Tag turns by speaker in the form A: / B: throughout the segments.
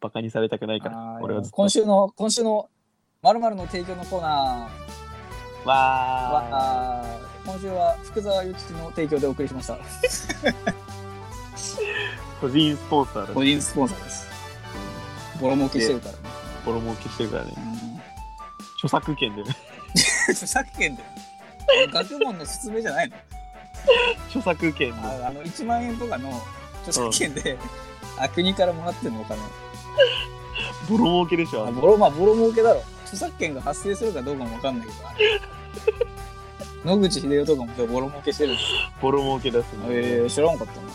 A: バカにされたくないから
B: あ、ー
A: 俺はずっと。
B: 今週の、今週の、まるの提供のコーナー
A: わ
B: は、今週は福沢諭吉の提供でお送りしました。
A: ー、個人スポンサーだ
B: 個
A: ね。
B: 人スポンサーです。ボロ儲けしてるからね。
A: ボロ儲けしてるからね。
B: うん
A: 著作権でね。
B: 著作権で学問の勧めじゃないの
A: 著作権で。
B: ああの1万円とかの著作権で、あ国からもらってんのお金
A: ボロ儲けでしょ。
B: あ
A: あの
B: ボロまあボロ儲けだろ著作権が発生するかどうかも分かんないけどあれ野口英世とかも今日ボロ儲けしてるんですよ
A: ボロ儲け出すの。
B: えー、知らんかったな、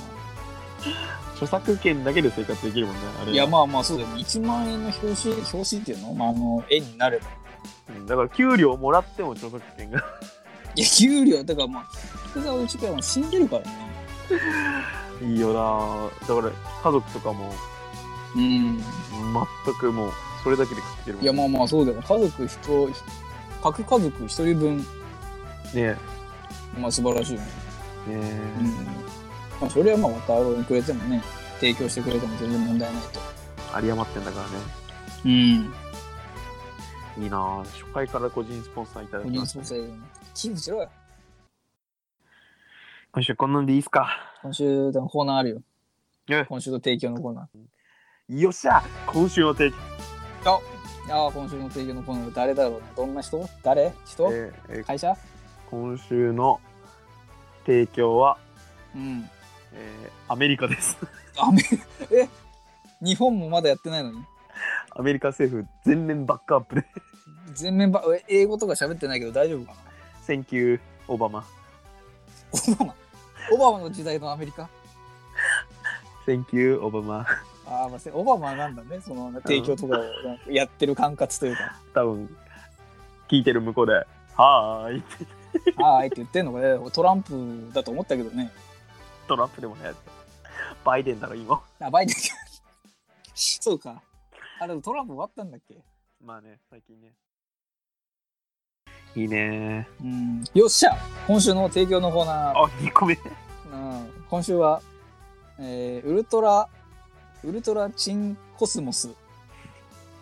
A: 著作権だけで生活できるもんね。あれ
B: いやまあまあそうだよね1万円の表紙表紙っていうの,、まあ、あの絵になれば
A: うんだから給料もらっても著作権が。
B: いや給料だからまあ福沢諭吉君は死んでるからね
A: いいよなぁだから家族とかも
B: うん
A: 全くもうそれだけで食ってるもん
B: いやまあまあそうだよね家族人各家族一人分
A: ね
B: まあ素晴らしいよね。
A: えね
B: うん。まあそれはまあまたにくれてもね、提供してくれても全然問題ないと。
A: え有り余ってんだからね
B: うん。
A: いいなぁ初回から個人スポンサーいただ
B: 個
A: き
B: 人
A: ます
B: 総裁でも寄付しろよ。
A: 今週こんなんでいいっすか
B: 今週のコーナーあるよ。
A: え
B: 今週の提供のコーナ
A: よっしゃ今週の提供、
B: ー。ああ、今週の提供のコーナー誰だろうな。どんな人誰人、
A: えーえー
B: 会社
A: 今週の提供は、
B: うん。
A: えーアメリカです
B: あめ、え日本もまだやってないのに
A: アメリカ政府全面バックアップで
B: 全面ば、え英語とか喋ってないけど大丈夫かな
A: Thank you オバマ
B: オバマ。オバマの時代のアメリカ
A: Thank you オバマ
B: ああ、まあ、せオバマなんだね。その提供とかをなんかやってる管轄というか。
A: 多分聞いてる向こうではーいって
B: はーいって言ってんのかね、トランプだと思ったけどね。
A: トランプでもないやつバイデンだろ今
B: あ、バイデン。そうか。あれ、トランプ終わったんだっけ
A: まあね、最近ね。いいね
B: うん。よっしゃ今週の提供のコーナー。
A: あ、2個目。
B: うん、今週は、えーウルトラ、ウルトラチンコスモス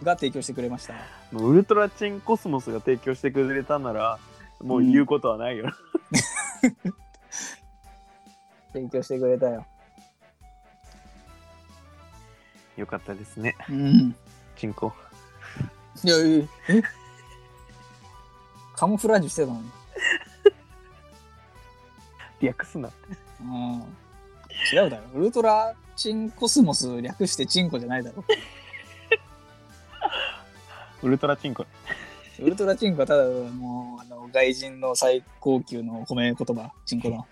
B: が提供してくれました。
A: ウルトラチンコスモスが提供してくれたなら、もう言うことはないよ。
B: 提供してくれたよ。
A: よかったですね、
B: うん。
A: チンコ。
B: いや、いやえカモフラージュしてたのに。
A: 略すな。
B: うん。違うだろ。ウルトラチンコスモス略してチンコじゃないだろ。
A: ウルトラチンコ。
B: ウルトラチンコはただもうあの外人の最高級の褒め言葉、チンコの。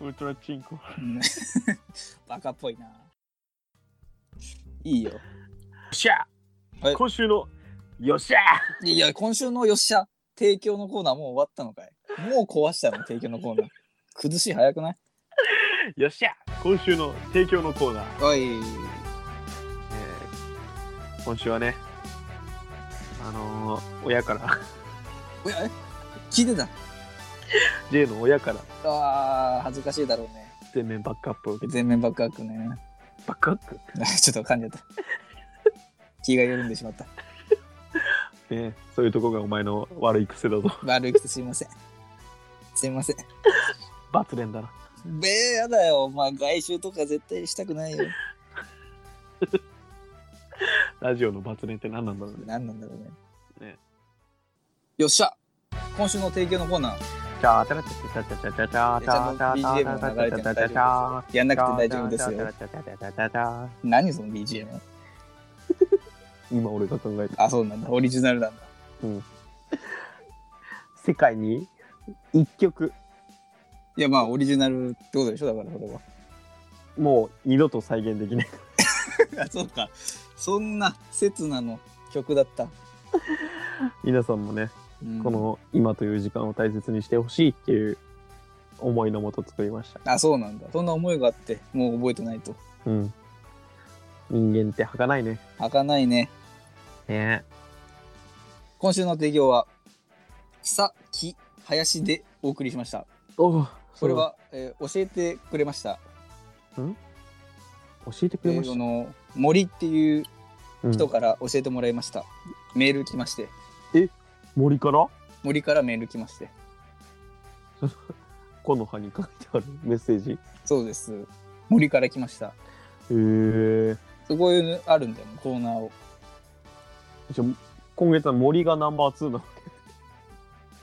A: ウルトラチンコ。
B: うん バカっぽいな。いいよ。
A: っしゃ
B: はい
A: 今週の、よっしゃ
B: いや、今週のよっしゃ、提供のコーナーもう終わったのかいもう壊したの、提供のコーナー。崩し早くない
A: よっしゃ今週の提供のコーナー。
B: おい。
A: えー今週はね、あのー親から、
B: おや、え聞いてた
A: J の親から
B: あー、恥ずかしいだろうね。
A: 全面バックアップを受けて、
B: 全面爆発ね。
A: バックアップ
B: ちょっと噛んじゃった。気が緩んでしまった。
A: ねそういうとこがお前の悪い癖だぞ。
B: 悪いくてすいません。すいません。
A: 罰連だな。
B: べえ、やだよ。お前、外周とか絶対したくないよ。
A: ラジオの罰連って何なんだろうね。
B: 何なんだろうね。
A: ね
B: よっしゃ今週の提供のコーナー、
A: チャーチャラチャチャチャチャチャチ
B: ちゃ
A: ャ
B: ん
A: チ
B: と
A: ャチャチ
B: BGM が流れて
A: ャチ
B: る
A: ャ
B: の大
A: チャ
B: 丈夫です
A: チャ
B: よ。やんなくて大丈夫です
A: チャ
B: よ。
A: チャチャチャチャチャチャ
B: 何その BGM?
A: 今俺が考えた。
B: あ、そうなんだ。オリジナルなんだ。
A: 世界に一曲、
B: いや、まあ、オリジナルってことでしょ、だからそれ
A: もう二度と再現できない。
B: は。 あ、そうか。そんな、刹那の曲だった。
A: 皆さんもね、
B: うん
A: この今という時間を大切にしてほしいっていう思いのもと作りました。
B: あ、そうなんだ。そんな思いがあって、もう覚えてないと。
A: うん。人間って儚いね。
B: 開かないね。
A: ね
B: 今週の提供は、草木林でお送りしました。
A: おう
B: これは、えー教えてくれました。
A: ん教えてくれ
B: 英
A: まし
B: 語
A: た。
B: の森っていう
A: うん
B: 人から教えてもらいました、メール来まして
A: 森から
B: 森からメール来まして
A: 木の葉に書いてあるメッセージ。へ
B: そうです森から来ました
A: え。
B: そこにあるんだよコーナーを
A: じゃあ今月は森がナンバー2なの。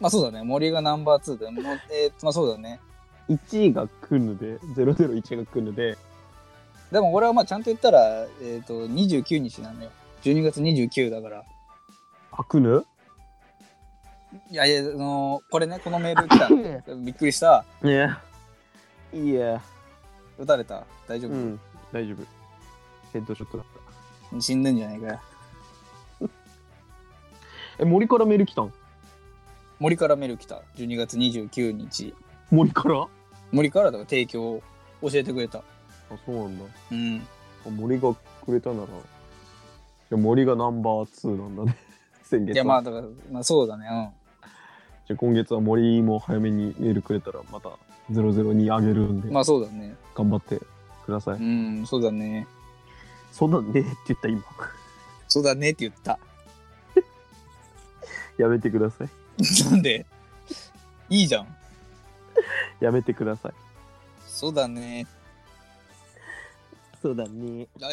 B: まあそうだね森がナンバー2でもうえーっとまあそうだね
A: 1位がクヌで、001がクヌで。
B: でも俺はまあちゃんと言ったら、えー、と29日なのよ12月29だから
A: あ、クヌ
B: いやいやあのこれねこのメール来たびっくりした
A: ねいいや。
B: 打たれた大丈
A: う
B: 夫、
A: ん、大丈夫。ヘッドショットだっ
B: 死んでんじゃないかよ
A: た。え、森からメール来たん
B: 森からメール来た12月29日
A: 森からあ、
B: 森からだから提供を教えてくれた
A: そうなんだ。
B: うん
A: あ森がくれたなら。いや森がナンバー2なんだね。 先
B: い
A: 月
B: や
A: は
B: まあだから、まあ、そうだね
A: じゃあ今月は森も早めにメールくれたらまた002あげるん
B: う
A: で
B: んまあそうだね
A: 頑張ってください、
B: うんそうだね
A: そんなんねえって言った今
B: そうだねって言った
A: やめてください
B: なんでいいじゃん
A: やめてください
B: そうだね
A: そうだね
B: あ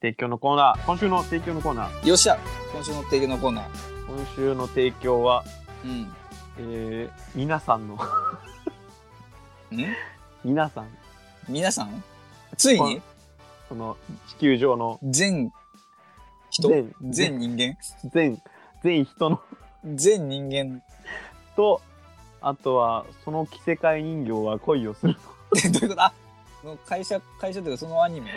A: 提供のコーナー今週の提供のコーナー
B: よっしゃ今週の提供のコーナー
A: 今週の提供は、
B: うん
A: えー、皆さんの
B: ん
A: 皆さん
B: 皆さんついに
A: その地球上の
B: 全人
A: 全
B: 全人間
A: 全全人の
B: 全人間
A: とあとはその着せ替え人形は恋をす る
B: えどういうことあその会社会社というかそのアニメ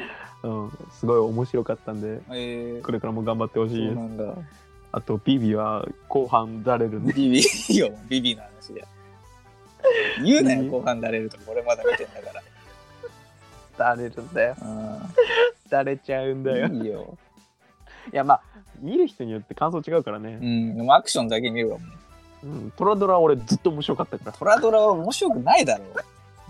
A: うんすごい面白かったんで
B: えー
A: これからも頑張ってほしい
B: そう
A: です
B: なんだ
A: あと、ビビは後半だれるん で、
B: ビビいいよビビの話で言うなよ
A: ビビ
B: 後半だれるとこ俺まだ見てんだから
A: だれるんだよ。
B: あ
A: だれちゃうんだよ。い
B: いいよ。
A: や、まあ、見る人によって感想違うからね
B: う。ん、でもアクションだけ見るわ。
A: うん、トラドラは俺ずっと面白かったから。
B: トラドラは面白くないだろう。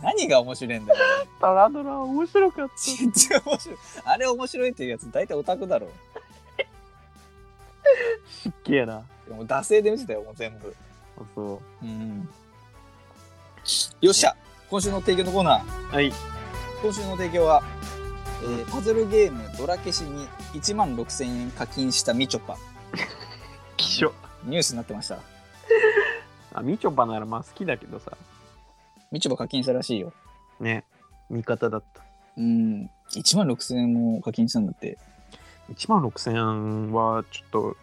B: 何が面白いんだよ。
A: トラドラは面白かった。
B: 全然面白い。あれ面白いっていうやつ大体オタクだろう。
A: しっけえな。
B: でも惰性で見てたよ、もう全部。
A: あそ
B: うん。よっしゃ今週の提供のコーナー。
A: う。はい。
B: 今週の提供は、えーパズルゲームドラ消しに1万6000円課金したみちょぱ。
A: 気象。
B: ニュースになってました。
A: あ、みちょぱならまあ好きだけどさ。
B: みちょぱ課金したらしいよ。
A: ね。味方だった。
B: うん。1万6000円も課金したんだって。
A: 1万6000円はちょっと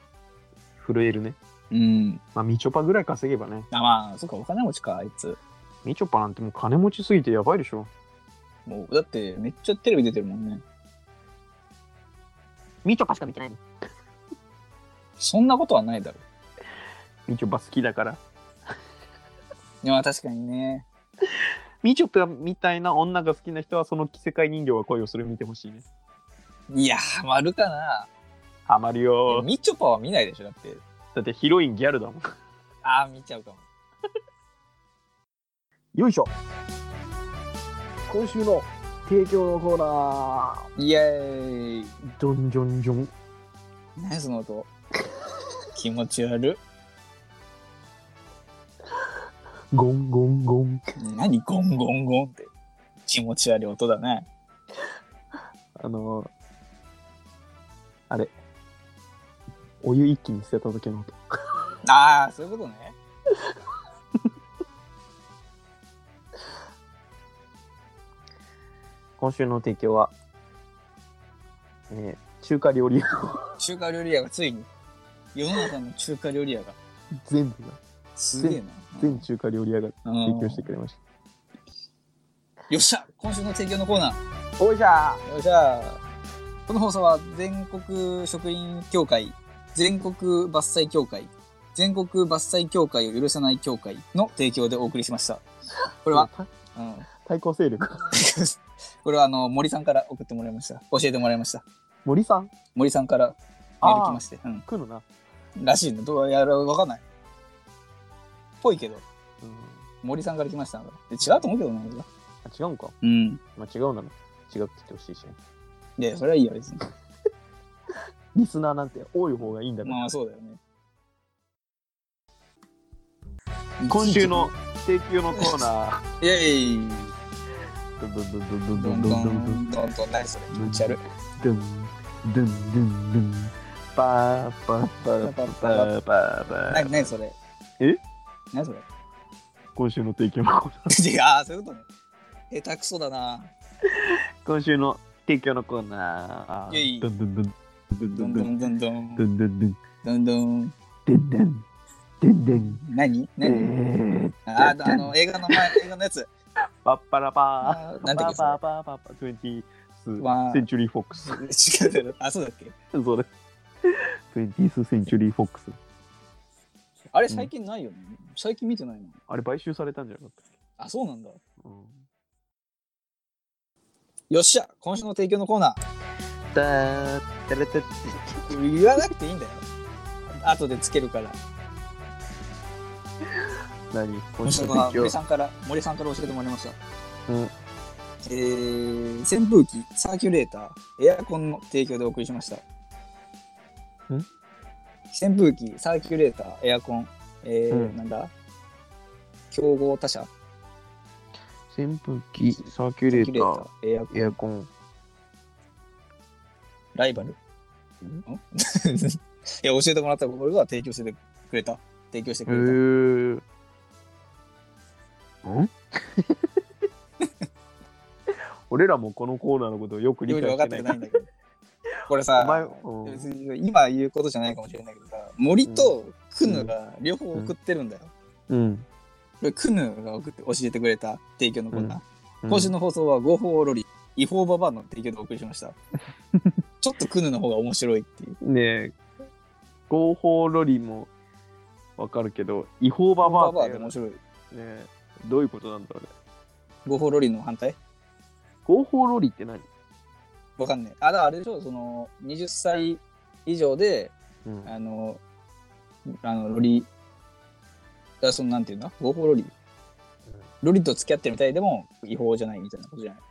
A: 震えるね。
B: うん。
A: まあ、みちょぱぐらい稼げばね。
B: あ、まあ、そっか、お金持ちか、あいつ。
A: みちょぱなんてもう金持ちすぎてやばいでしょ。
B: もうだってめっちゃテレビ出てるもんね
A: みちょぱしか見てない。
B: そんなことはないだろ
A: みちょぱ好きだから。
B: いや確かにね
A: みちょぱみたいな女が好きな人はその着せ替え人形は恋をする見てほしいね。
B: いやハマるかな
A: ハマるよー。
B: みちょぱは見ないでしょだって
A: だってヒロインギャルだもん。
B: ああ見ちゃうかも
A: よいしょ。今週の提供のコーナ
B: イエーイ
A: ー。ジョンジョンジョン。
B: 何その音気持ち悪
A: ゴンゴンゴン。
B: 何ゴンゴンゴンって気持ち悪い音だね
A: あのー、あれ。お湯一気に捨てた時の音。
B: ああそういうことね
A: 今週の提供は、えー中華料理屋
B: 中華料理屋がついに世の中の中華料理屋が
A: 全部が、
B: すげえな
A: 全中華料理屋が提供してくれまし
B: よっしゃ今週の提供のコーナー
A: た。おいしゃ
B: よっしゃーこの放送は全国職員協会、全国伐採協会、全国伐採協会を許さない協会の提供でお送りしました。こ
A: こ
B: れは、うん、
A: 対抗勢力。
B: これはあの森さんから送ってもらいました。教えてもらいました。
A: 森さん
B: 森さんからメール来まして、うん、
A: 来るな。
B: らしいの。どうやらわかんない。ぽいけど、
A: うん
B: 森さんから来ましたので違うと思うけどな。
A: あ違うんか。
B: うん。
A: まあ、違うなら違うって言ってほしいしね。
B: で、それはいいよ、別に。
A: リスナーなんて多い方がいいんだから。
B: まあ、そうだよね。
A: 今週の提供のコーナ
B: イェイ
A: ー。ブンブンブンブン
B: ど
A: ブ
B: ん
A: ン
B: ど
A: ブ
B: ん
A: ンブ
B: ど
A: ンブン。
B: んどん何それ気持ち悪い。
A: ドゥンドゥンドゥンドゥン。パーパーパーパーパーパーパー。
B: 何何それ
A: え
B: 何それ
A: 今週の提供のコーナー。
B: 違う、ああ、そういうことね。下手くそだな。
A: 今週の提供のコーナー。
B: イェイ
A: ドゥンドゥンドゥン。ドゥンド
B: ど
A: ゥ
B: ん
A: ン
B: ど
A: ドゥン。
B: んどんどん。
A: ドゥンドゥンドゥ
B: どんど
A: ン。
B: ん。
A: ドゥンドゥン。ドゥンドゥン。
B: 何何
A: えー
B: あー、あの、映画の前、映画のや つ。
A: パッパラパ
B: あー
A: ー。
B: なんだっけそれ
A: パーパーパーパー。トゥンティ
B: わー
A: ース。センチュリーフォックス。
B: 違うだろ。あ、そうだっけ
A: それ。トゥンティースセンチュリーフォックス。
B: あれ、最近ないよね。最近見てないな。
A: あれ買収されたんじゃなかったっ
B: あ、そうなんだ。
A: けうん
B: よっしゃ今週の提供のコーナ
A: たーたらたっ
B: ー言わなくていいんだよ後でつけるから
A: 何今
B: 今週
A: 週
B: は
A: の
B: 森
A: 提供
B: さんから森さんから教えてもらいました
A: うん
B: えー、扇風機サーキュレーターエアコンの提供でお送りしました
A: ん
B: 扇風機サーキュレーターエアコンえー
A: うん
B: なんだ競合他社
A: 扇風機サーキュレー
B: サーキュレ
A: タ
B: ーターエアコン
A: ーエアコン
B: ライバル
A: ん
B: ん いや教えてもらったこれが提供してくれた提供して
A: へ
B: くれた
A: ーん 俺らもこのコーナーのことをよく理
B: 料
A: 解
B: 理分かっ
A: して
B: て
A: な
B: ないいんだけど。これさ
A: お前うん、
B: 別に今言うことじゃないかもしれないけどさ、森とクヌが両方送ってるんだよ。
A: うん
B: これクヌが送って教えてくれた提供のコーナー。
A: うん
B: 今週の放送は合法ロリ、違法ババアの提供でお送りしま した。ちょっとクヌの方が面白いっていう。
A: ねえ合法ロリもわかるけど違法ババ
B: 合法バ
A: ア
B: バ
A: っ
B: ア
A: て
B: で面
A: ね
B: 白い。
A: えどういうことなんだろうね
B: 合法ロリの反対
A: 合法ロリって何
B: わかんない。あ、だからあれでしょ、その、20歳以上で、
A: うん
B: あの、あの、ロリ、あその、なんていうんだ合法ロリ。ロリと付き合ってるみたいでも違法じゃないみたいなことじゃない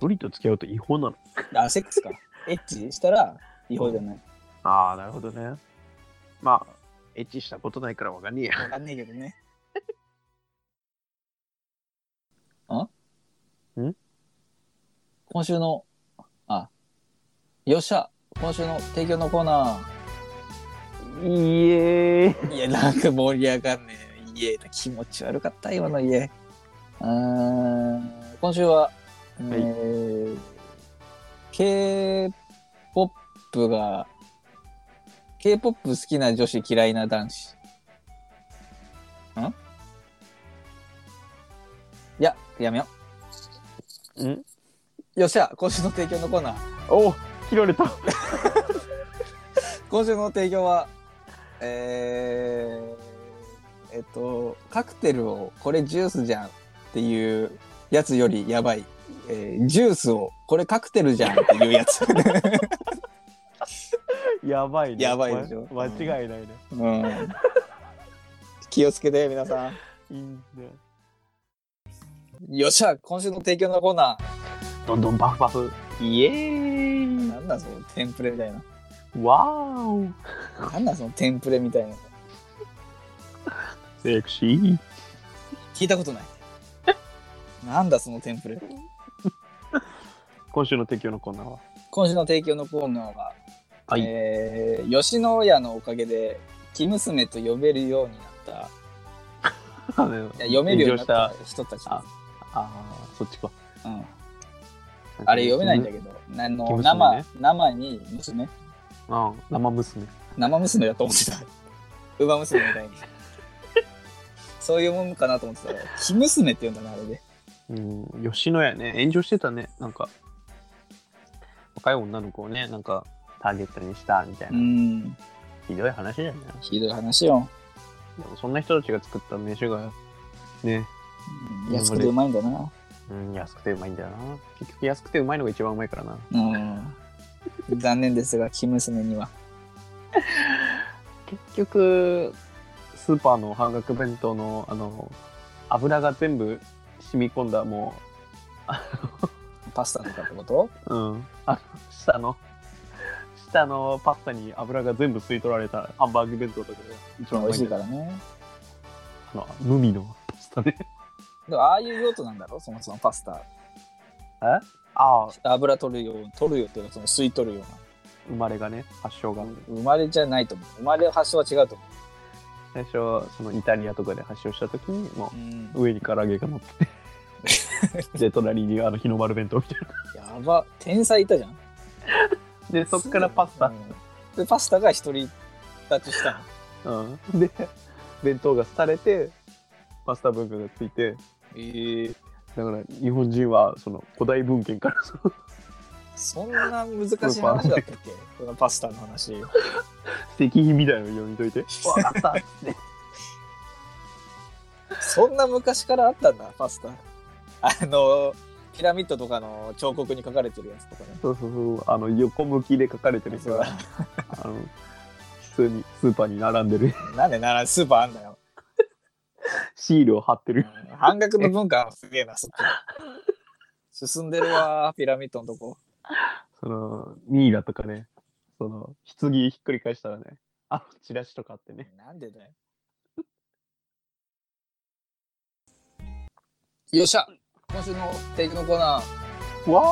A: ロリと付き合うと違法なの
B: あ、セッ クスか。エッチしたら違法じゃない。
A: ああなるほどねまあエッチしたことないからわかんねえや
B: わかんねえけど ね。あ
A: ん
B: 今週の、あ、よっしゃ今週の提供のコーナ
A: いえー
B: ー。いや、なんか盛り上がんねえ。家気持ち悪かった、今の家。うーん、今週は、えー、K-POP が、K-POP 好きな女子嫌いな男子。んいや、やめよ
A: ん
B: う。よっしゃ、今週の提供のコーナー。
A: お切られた
B: 今週の提供は、えー、えっと、カクテルをこれジュースじゃんっていうやつよりやばい。えージュースをこれカクテルじゃんっていうやつ。
A: やばいね
B: やばいでしょ
A: ま間違いないね、
B: うん気をつけて皆さ
A: いいんだよ
B: ん。よっしゃ今週の提供のコーナ
A: どんどんバフバフイエー
B: ー。なんだそのテンプレみたいな。
A: イわーお
B: なんだそのテンプレみたいな。
A: セクシー
B: 聞いたことない。なんだそのテンプレ。
A: 今週の提供のコーナーは
B: 今週の提供のコーナーは、
A: はい
B: えー吉野家のおかげで、生娘と呼べるようになった、いや読めるようになった人たちです。
A: ああーそっちか
B: うんあれ読めないんだけど、あの
A: 生
B: 生、
A: 娘ね
B: 生に娘、
A: ど生娘
B: 生娘だと思ってた。ウマ娘 みたいに。そういうもんかなと思ってたら、生娘って言うんだな、あれで。
A: うん吉野家ね炎上してたねなんか若い女の子をねなんかターゲットにしたみたいうな、
B: ん、
A: ひどい話だよね
B: ひどい話よ。
A: でもそんな人たちが作った飯がね、
B: うん安くてうまいんだな。
A: うん、安くてうまいんだよな結局安くてうまいのが一番うまいからな
B: うん。残念ですが、生娘には。
A: 結局スーパーの半額弁当のあの油が全部染み込んだもう
B: パスタとかってこと
A: うん。あの、下の、下のパスタに油が全部吸い取られたハンバーグ弁当とかで一
B: 美
A: 番
B: 味しい
A: か
B: からね。
A: あの、無味のパスタね。
B: でもああいう用途なんだろそもそもパスタ。
A: ああ、
B: 油取るよう、取るよっていうかその吸い取るよ
A: 生まれがね、発祥
B: う
A: が
B: な。。生まれじゃないと思う。生まれ発祥は違うと思
A: 最初、そのイタリアとかで発祥した時に、も
B: う。うん
A: う、上に唐揚げが乗 ってて、で、隣にあの、日の丸弁当みたい
B: やば。天才いたじゃん。
A: な。で、そっからパスタ
B: う。んで、パスタが一人立ちしたの。
A: うん。で、弁当が廃れて、パスタ文化がついて、
B: ええ
A: だから日本人はその古代文献からその
B: そんな難しい話だったっけこのパスタの話。
A: 石碑みたいなの読みとい て「わかった」って
B: そんな昔からあったんだ、パスタ。あの、ピラミッドとかの彫刻に書かれてるやつとかね。
A: そうそうそうあの横向きで書かれてる人があの普通にスーパーに並んでる
B: なんでならスーパーあんだよ。
A: シールを貼ってる
B: 半額の文化すげえな、そっち。進んでるわ、ピラミッドのとこ。
A: そのミイラとかねその棺ひっくり返したらねあのチラシとかあってね
B: なんでだよ。 よっしゃ今週のテイクのコーナー、
A: わ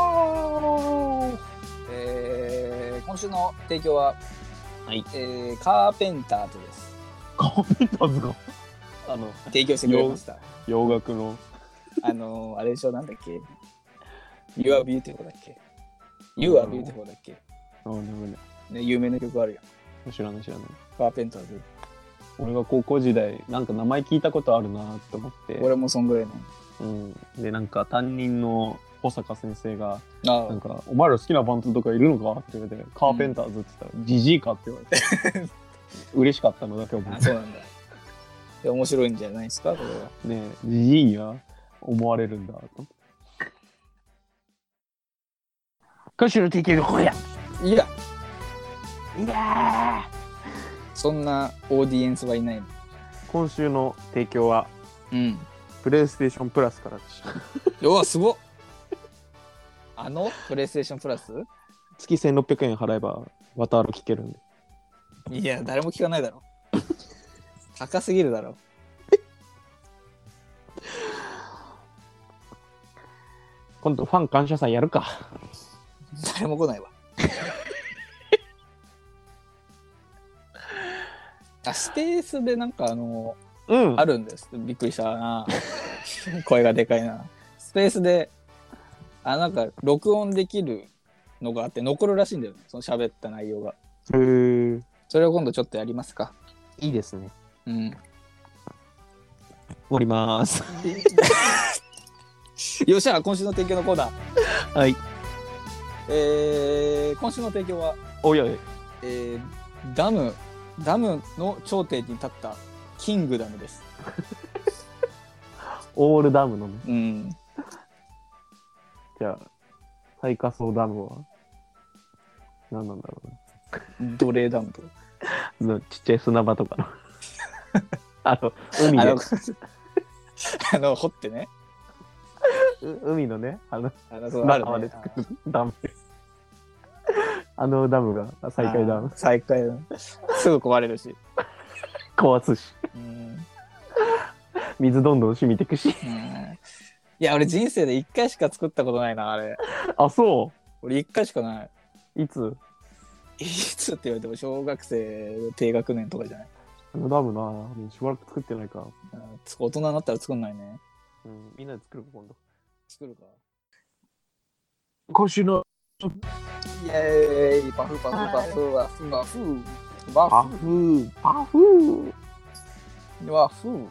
A: ー
B: えー今週の提供は、
A: はい
B: えーカーペンターズです。
A: カーペンターズがあの
B: 提供してくれました。
A: 洋楽の
B: あのー、あれでしょ、なんだっけ ?You are beautiful だっけ ?You are beautiful だっけ、
A: あでもね
B: ね、有名な曲あるよ。
A: 知らない知らない
B: カーペンターズ。
A: 俺が高校時代なんか名前聞いたことあるなと思って
B: 俺もそんぐらいの。
A: うん、でなんか担任の保坂先生が「な
B: あ
A: んかお前ら好きなバンドとかいるのか?」って言われて「カーペンターズ」って言ったら「ジジイか」って言われて嬉しかったのだけ
B: あ、
A: 覚
B: あ
A: え
B: そうなんだ。で面白いんじゃないですか、これは。
A: てねえジジイには思われるんだと思って今週の TK の声や
B: いや、
A: いや
B: そんなオーディエンスはいないの。
A: 今週の提供は
B: うん。
A: プレイステーションプラスからでした
B: うわ、すごっあのプレイステーションプラス
A: 月1600円払えば渡る聞けるんで
B: いや、誰も聞かないだろ。高すぎるだろ。
A: 今度ファン感謝祭やるか
B: 誰も来 ないわ。あスペースでなんかあの
A: うん
B: あるんですびっくりしたな声がでかいなスペースであなんか録音できるのがあって残るらしいんだよねその喋った内容が
A: へえ
B: それを今度ちょっとやりますか
A: いいですね
B: うん
A: 終わります。
B: よっしゃ今週の提供のコーナー、
A: はい。
B: えー、今週の提供は
A: おいおい。
B: えーダムダムの頂点に立ったキングダムです。
A: オールダムのね。
B: うん。
A: じゃあ、最下層ダムは何なんだろ
B: 奴隷ダム と。
A: うな。のちっちゃい砂場とかの。 あと、海
B: あ
A: で
B: の、あの掘ってね。
A: う海のね、あの、
B: あの、そうある
A: 川で
B: ね。
A: 作るダ ム。あのダムがあ最下位ダム
B: あ。ー。再開ダム。すぐ壊れるし。
A: 壊すし、
B: うん。
A: 水どんどん染みてくし。
B: うんいや、俺人生で一回しか作ったことないな、あれ。
A: あ、そ
B: 俺一回しかない。
A: ういつ
B: いつって言われても小学生低学年とかじゃない。
A: あのダムな、もうしばらく作ってないか。
B: うんつ大人になったら作んないね。
A: うん、みんなで作るか、今度。
B: 作るか。
A: 今週の
B: イエーイパフパフパフパフパフパ
A: パ
B: フ
A: フー、パフー、
B: ワッフー。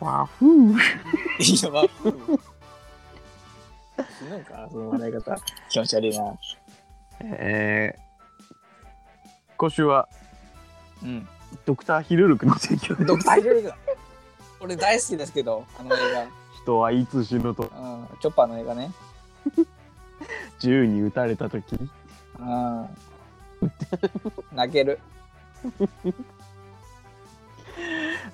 A: パフー。
B: いや、ワッフー。死ぬんか、その笑い方。気持ち悪いな。
A: えー、今週は
B: うん。
A: ドクターヒルルクの提供で
B: ドクターヒロリだ。俺大好きですけど、あの映
A: 人はいつ死ぬと
B: 画。うん。チョッパーの映画ね。
A: 銃に撃たれた時
B: うん。泣ける。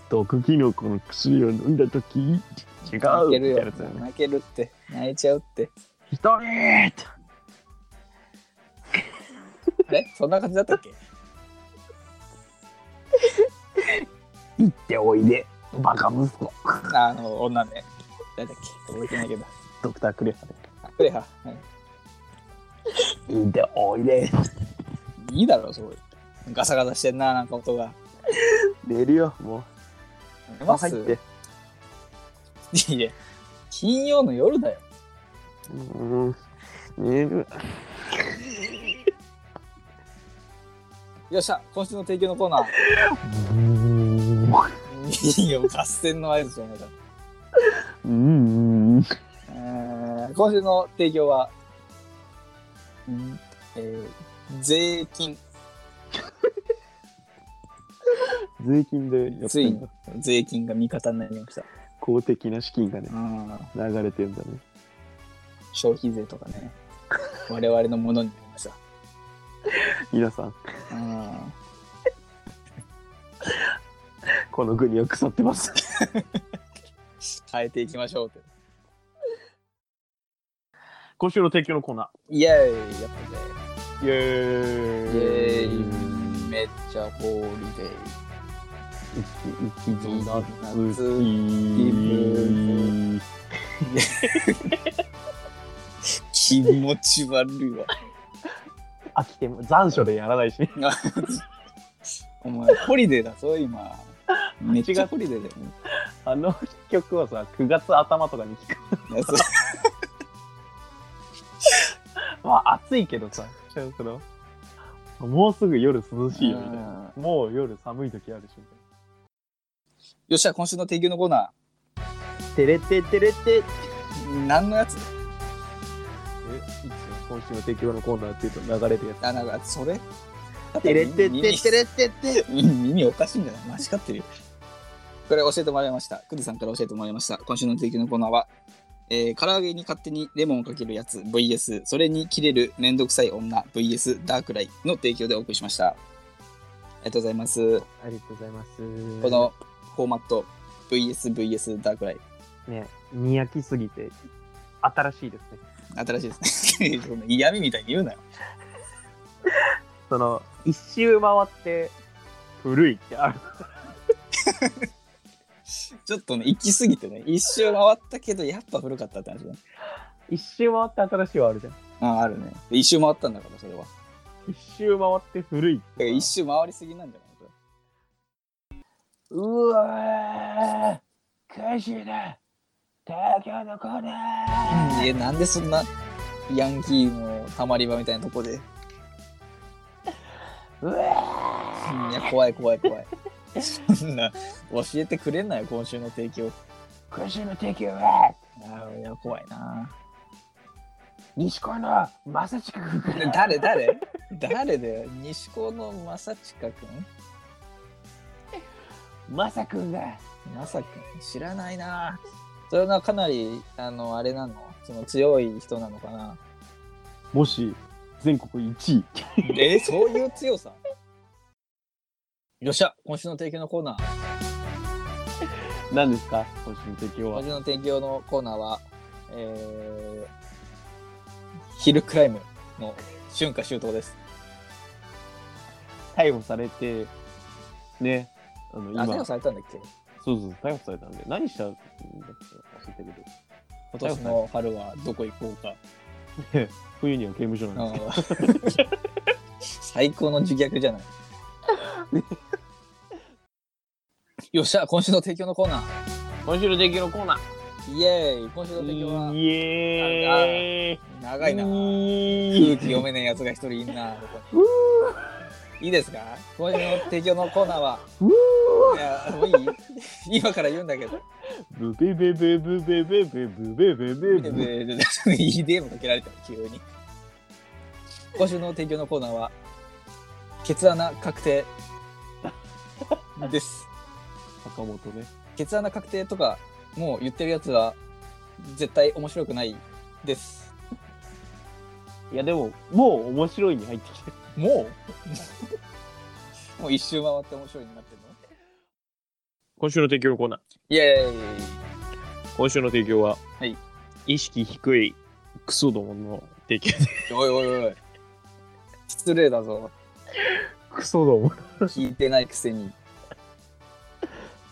A: 毒キノコの薬を飲んだ時違うって
B: 泣けるよ
A: やつだよね
B: 泣けるって泣いちゃうって
A: 一人って
B: あれそんな感じだったっけ
A: 行っておいでバカ息子
B: あの女ね誰だっけ覚えてないけど
A: ドクタークレハで
B: あクレハ、はい
A: 行っておいで
B: いいだろすごいガサガサしてんななんか音が
A: 寝るよも
B: 寝
A: う
B: ます
A: 入って
B: いや金曜の夜だよ
A: うん寝る
B: よっしゃ今週の提供のコーナーいいよ合戦の合図じゃないか
A: うん
B: えー今週の提供は、んえー税金
A: 税金でやっ
B: つ
A: て
B: い
A: ん
B: に
A: だ
B: 税金が味方になりました
A: 公的な資金がね
B: うん
A: 流れてんだね
B: 消費税とかね我々のものになりました
A: 皆さん
B: うん
A: この国は腐ってます
B: 変えていきましょうって
A: 今週の提供のコーナ
B: イエーイやっ
A: ーイエ
B: た
A: ーイ
B: ぜイエーイめっちゃホーリデー
A: 一気に夏
B: 夏気持ち悪いわ
A: 飽きても残暑でやらないし
B: お前ホリデーだぞ 今めっちゃホリデーだよね
A: あの曲はさ9月頭とかに聞く
B: いやそう
A: まあ暑いけどさそのもうすぐ夜涼しいよみたいなもう夜寒い時あるしみたい
B: よっしゃ今週の提供のコーナ
A: なてれててれてえいつ
B: ー何のやつ
A: 今週の提供のコーナーっていうと流れるや
B: あなんかそれ
A: つてれてててれてて
B: うん耳おかしいんじゃない間違ってるよ。これ教えてもらいました。クリさんから教えてもらいました。今週の提供のコーナーは、えー、唐揚げに勝手にレモンをかけるやつ VS、それに切れるめんどくさい女 VS ダークライの提供でお送りしました。ありがとうございます。
A: ありがとうございます
B: このフォーマット VS、VS ダークライ。
A: ね見飽きすぎて新しいですね
B: 新しいですね。 そんな嫌味みたいに言うなよ。
A: その一周回って古いってある
B: ちょっとね、行き過ぎてね、一周回ったけど、やっぱ古かったって話だね。
A: 一周回って新しいはあるじゃん
B: ああ、あるね。で一周回ったんだから、それは。だか
A: 一周回って古いって
B: ら一周回りすぎなんじゃないこれ
A: うわー悔しいな東京のコーナー
B: いや、なんでそんなヤンキーのたまり場みたいなとこで。
A: うわ
B: いや、怖い怖い怖い。そんな、教えてくれんなよ、今週の提供。
A: ー今週の提供は
B: あーいや、怖いな。
A: 西高の正近く
B: で誰誰誰だよ、西高の正近くん
A: 正くんが
B: まさくん知らないな。それはかなり、あの、あれなのその強い人なのかな。
A: もし全国1位
B: えーそういう強さよっしゃ、今週の提供のコーナー。
A: 何ですか今週の提供
B: 今
A: は
B: 週の提供のコーナーは、えー、ヒルクライムの春夏秋冬です。
A: 逮捕されてねあの
B: あ、
A: 今
B: 逮捕されたんだっけ
A: そうそう逮捕されたんで何したんだっけ忘れたけど
B: 今年の春はどこ行こうか。
A: 冬には刑務所なんですけど
B: あー 最高の自虐じゃ ない。よっしゃ、今週の提供のコーナ
A: 今週の提供のコーナ
B: ー。イエーイ今週の提供は
A: イエーイ
B: 長いな。空気
A: い
B: 読めねえやつが一人いんな、ここに。いいですか今週の提供のコーナーは。いや、もういい今から言うんだけど。
A: ブベベベブベベベブベベベブ
B: ででで EDM かけられたの急に今週の提供のコーナーはケツ穴確定です
A: 坂本ね
B: ケツ穴確定とかもう言ってるやつは絶対面白くないです
A: いやでももう面白いに入ってきてる
B: もうもう一周回って面白いになってるの
A: 今週の提供のコーナー。
B: イエーイ
A: 今週の提供は、
B: はい。
A: 意識低いクソどもの提供で。
B: おいおいおい。失礼だぞ。
A: クソども。
B: 聞いてないくせに。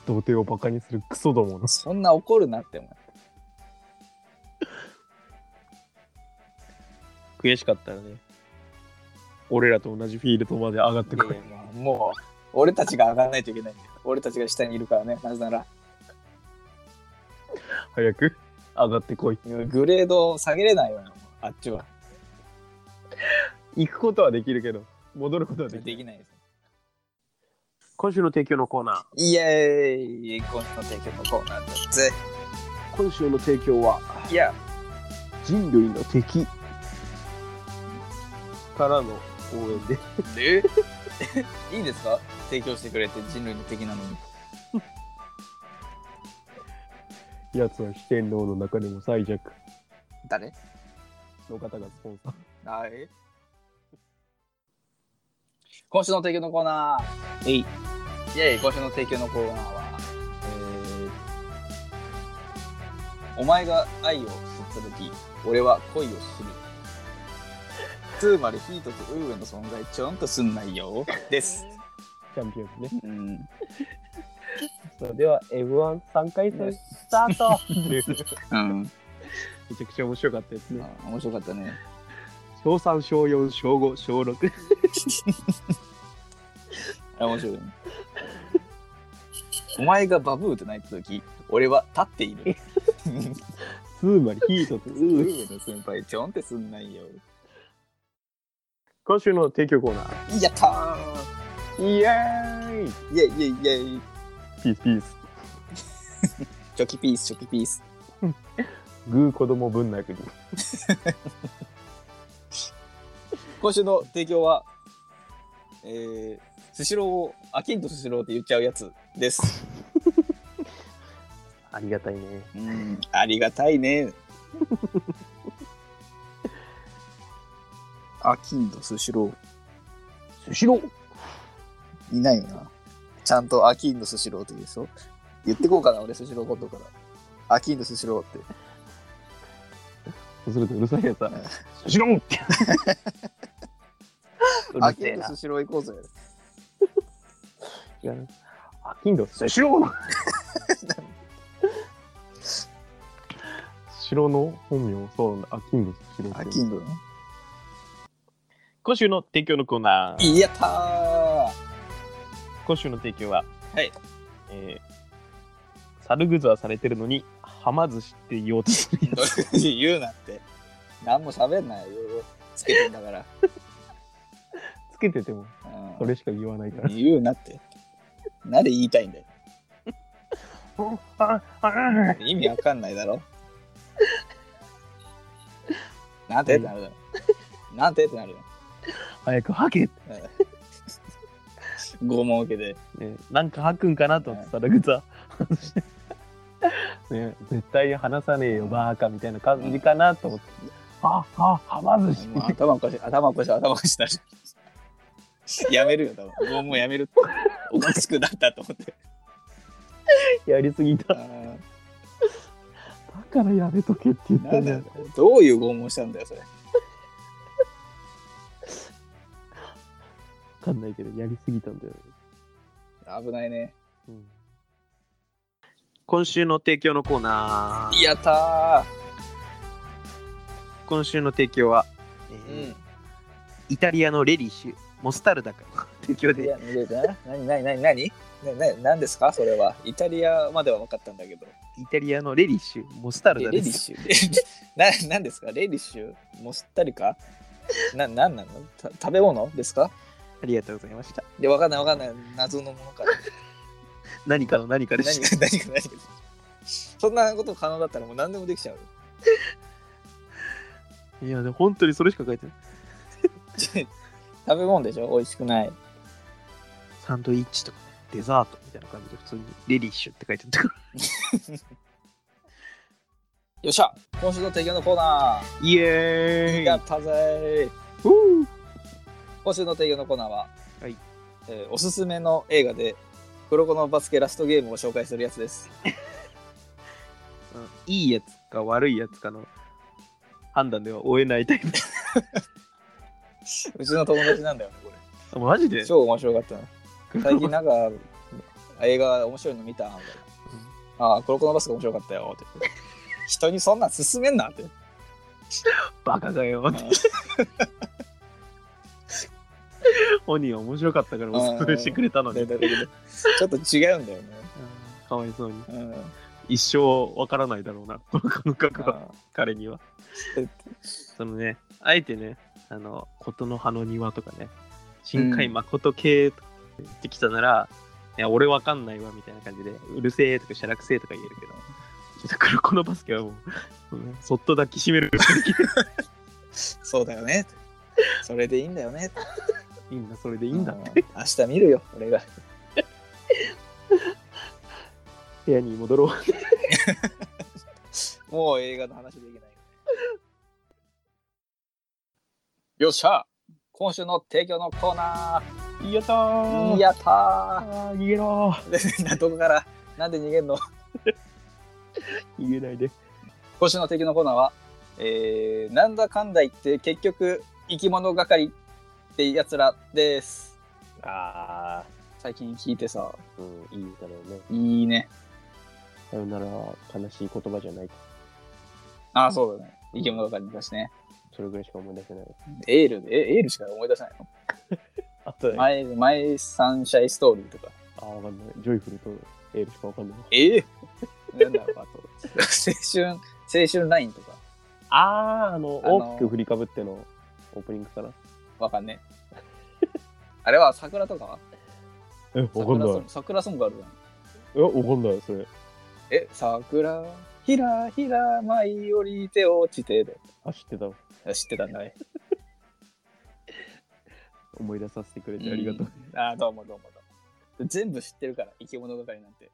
A: 童貞をバカにするクソどもの。
B: そんな怒るなって、お前。
A: 悔しかったらね。俺らと同じフィールドまで上がってこい。
B: いやいやまあもう、俺たちが上がらないといけないんだよ。俺たちが下にいるからね。なぜなら、
A: 早く上がってこい。
B: グレードを下げれないわよ。あっちは。
A: 行くことはできるけど、戻ることはできない。
B: できないです。
A: 今週の提供のコーナー。
B: イエーイ今週の提供のコーナーだぜ。
A: 今週の提供は、
B: いや、
A: 人類の敵。からの応援で。
B: え いいんですか提供してくれて人類の敵なのに。
A: やつは四天王の中でも最弱
B: 誰
A: の方がスポンサー。
B: はい。今週の提供のコーナー。
A: えい。
B: イエーイ今週の提供のコーナーは、えー、お前が愛を知ったとき、俺は恋を知る。つまり、ヒートとウーエンの存在、ちょんとすんないよ。です。
A: チャンピオンね。
B: うん。
A: それでは F13 回戦スタートめ
B: うん。
A: ちゃくちゃ面白かったですね。
B: あ面白かったね。
A: 小3、小4、小5、小6。
B: あ面白いね。お前がバブーって泣いたとき、俺は立っている。
A: つまりヒートとウ
B: ウ
A: ー。
B: ーの先輩、ちょんってすんないよ。
A: 今週の提供コーナ
B: やったー
A: ー。イエーイ
B: イェイイェイイェイ
A: ピースピース。
B: チョキピース、チョキピース。
A: グー子供ぶん殴り。
B: 今週の提供は、えー、スシローを、アキンとスシローって言っちゃうやつです。
A: ありがたいね。
B: うん、ありがたいね。 アキンとスシロ
A: スシロー
B: ー、いないよな。ちゃんとアキンとスシローって言うでしょ言ってこうかな、俺、スシロー今度から。アキンとスシローって。
A: そうするとうるさ いやつだ。スシローってう
B: ア
A: るせ
B: キ
A: え
B: ンと
A: な
B: ス。シロー行こうぜ。
A: 違うなあ、金土スシロースシローの本名、そうなんだ。あ、金土スシロー
B: ア
A: って。
B: キンとね。
A: 今週の提供のコーナー。
B: やったー
A: 今週の提供は、
B: はい。
A: えー、サルグズはされてるのに、はま寿司って言おうとするやつ。
B: 言うなって。何も喋んないよ。つけてんだから。
A: つけてても、
B: うん
A: それしか言わないから。
B: 言うなって。なんで言いたいんだよ。
A: ああ
B: 意味わかんないだろ。なんてってなるだろ。なんてってなるよ。
A: 早く吐け、ね、
B: 拷問受けで。
A: なんか吐くんかなと思って、サルグズは外して。 ね、絶対話さねえよ、バーカみたいな感じかなと思って。あ、あ、はま寿司
B: もう頭おかしい、頭おかしい、頭おかしいなる。やめるよ、多分。拷問やめるって。おかしくなったと思って。
A: やりすぎた。
B: あ
A: だ
B: ー
A: からやめとけって言っ
B: な
A: た
B: ん
A: じ
B: だ
A: ゃ
B: よ
A: ん。。
B: どういう拷問したんだよ、それ。
A: わかんないけど、やりすぎたんだよ。
B: 危ないね。
A: 今週の提供のコーナー。
B: やった
A: 今週の提供は、え
B: ーう
A: ー
B: ん。
A: イタリアのレリッシュ、モスタルダから 提供
B: い
A: で、
B: や、なになになになになななんですかそれは。イタリアまでは分かったんだけど。
A: イタリアのレリッシュ、モスタル
B: レ
A: ダ
B: レ
A: で
B: ディッ
A: す。
B: シュ ななんですかレディッシュモスタリカな、なんなのた食べ物ですか
A: ありがとうございました。
B: いや、分かんない分かんない。謎のものから。
A: 何かの何かで
B: 何が
A: した。
B: 何が何が。そんなこと可能だったらもう何でもできちゃうよ。
A: いや、でも本当にそれしか書いてない。
B: 食べ物でしょ美味しくない。
A: サンドイッチとか、デザートみたいな感じで、普通にレリッシュって書いてあったから。
B: よっしゃ今週の提供のコーナ
A: イ
B: ー
A: エ
B: や
A: ーイ
B: ったぜ
A: ふう
B: 今週の提供のコーナーは、
A: はい
B: えーおすすめの映画で黒子のバスケラストゲームを紹介するやつです。
A: いいやつか悪いやつかの判断では追えないタイプ。
B: うちの友達なんだよね、こ
A: マジ
B: れ。
A: で
B: 超面白かったな。最近なんか、映画面白いの見たみたいな。ああ、黒子のバスケ面白かったよ。って言って人にそんなん勧めんなって。
A: バカがよ。 オニーは面白かったからおすすめしてくれたの
B: で
A: に。
B: だけどちょっと違うんだよね。
A: かわいそうに。
B: うん
A: 一生わからないだろうな、この感覚は、
B: あ
A: 彼には。そのね、あえてね、あの、琴の葉の庭とかね、深海誠系とか言ってきたなら、いや、俺わかんないわみたいな感じで、うるせえとかしゃらくせえとか言えるけど、ちょっと黒子のバスケはもう、もうねそっと抱きしめる。
B: そうだよね。それでいいんだよね。
A: いいんだ、それでい
B: い
A: いんだ。
B: 明日見るよ、俺が。
A: 部屋に戻ろう。
B: もう映画の話できないよね。よっしゃ今週の提供のコーナ
A: やった
B: ー
A: ー
B: やった
A: あー逃げろー
B: ーでどこからなんで逃げんの
A: 逃げないで。
B: 今週の提供のコーナーは、えー、なんだかんだ言って結局生き物係ってやつらです。
A: あ
B: 最近聞いてさ、
A: ー、うん、いい歌だよね。
B: いいね。
A: さよならは悲しい言葉じゃない。
B: ああ、そうだね。生き物係だしね。
A: それぐらいしか思い出せない。
B: エールで、えエールしか思い出せないの。
A: あとね。
B: 前、前サンシャインストーリーとか。
A: あー、わかんない。ジョイフルとエールしかわかんない。
B: ええなんだろう、あと。青春、青春ラインとか。
A: あー、あの、
B: あの
A: 大きく振りかぶってのオープニングかな。
B: わかんね え。あれは桜とかは
A: え、わかんな
B: 桜
A: い。
B: ソング桜ソングあるじゃん。
A: え、わかんない、それ。
B: え、桜、ひらひら舞い降りて落ちてで。
A: あ、知ってた。
B: 知ってたんだね。
A: 思い出させてくれてありがとう。
B: あーどうもどうもどうも。全部知ってるから、生き物係なんて。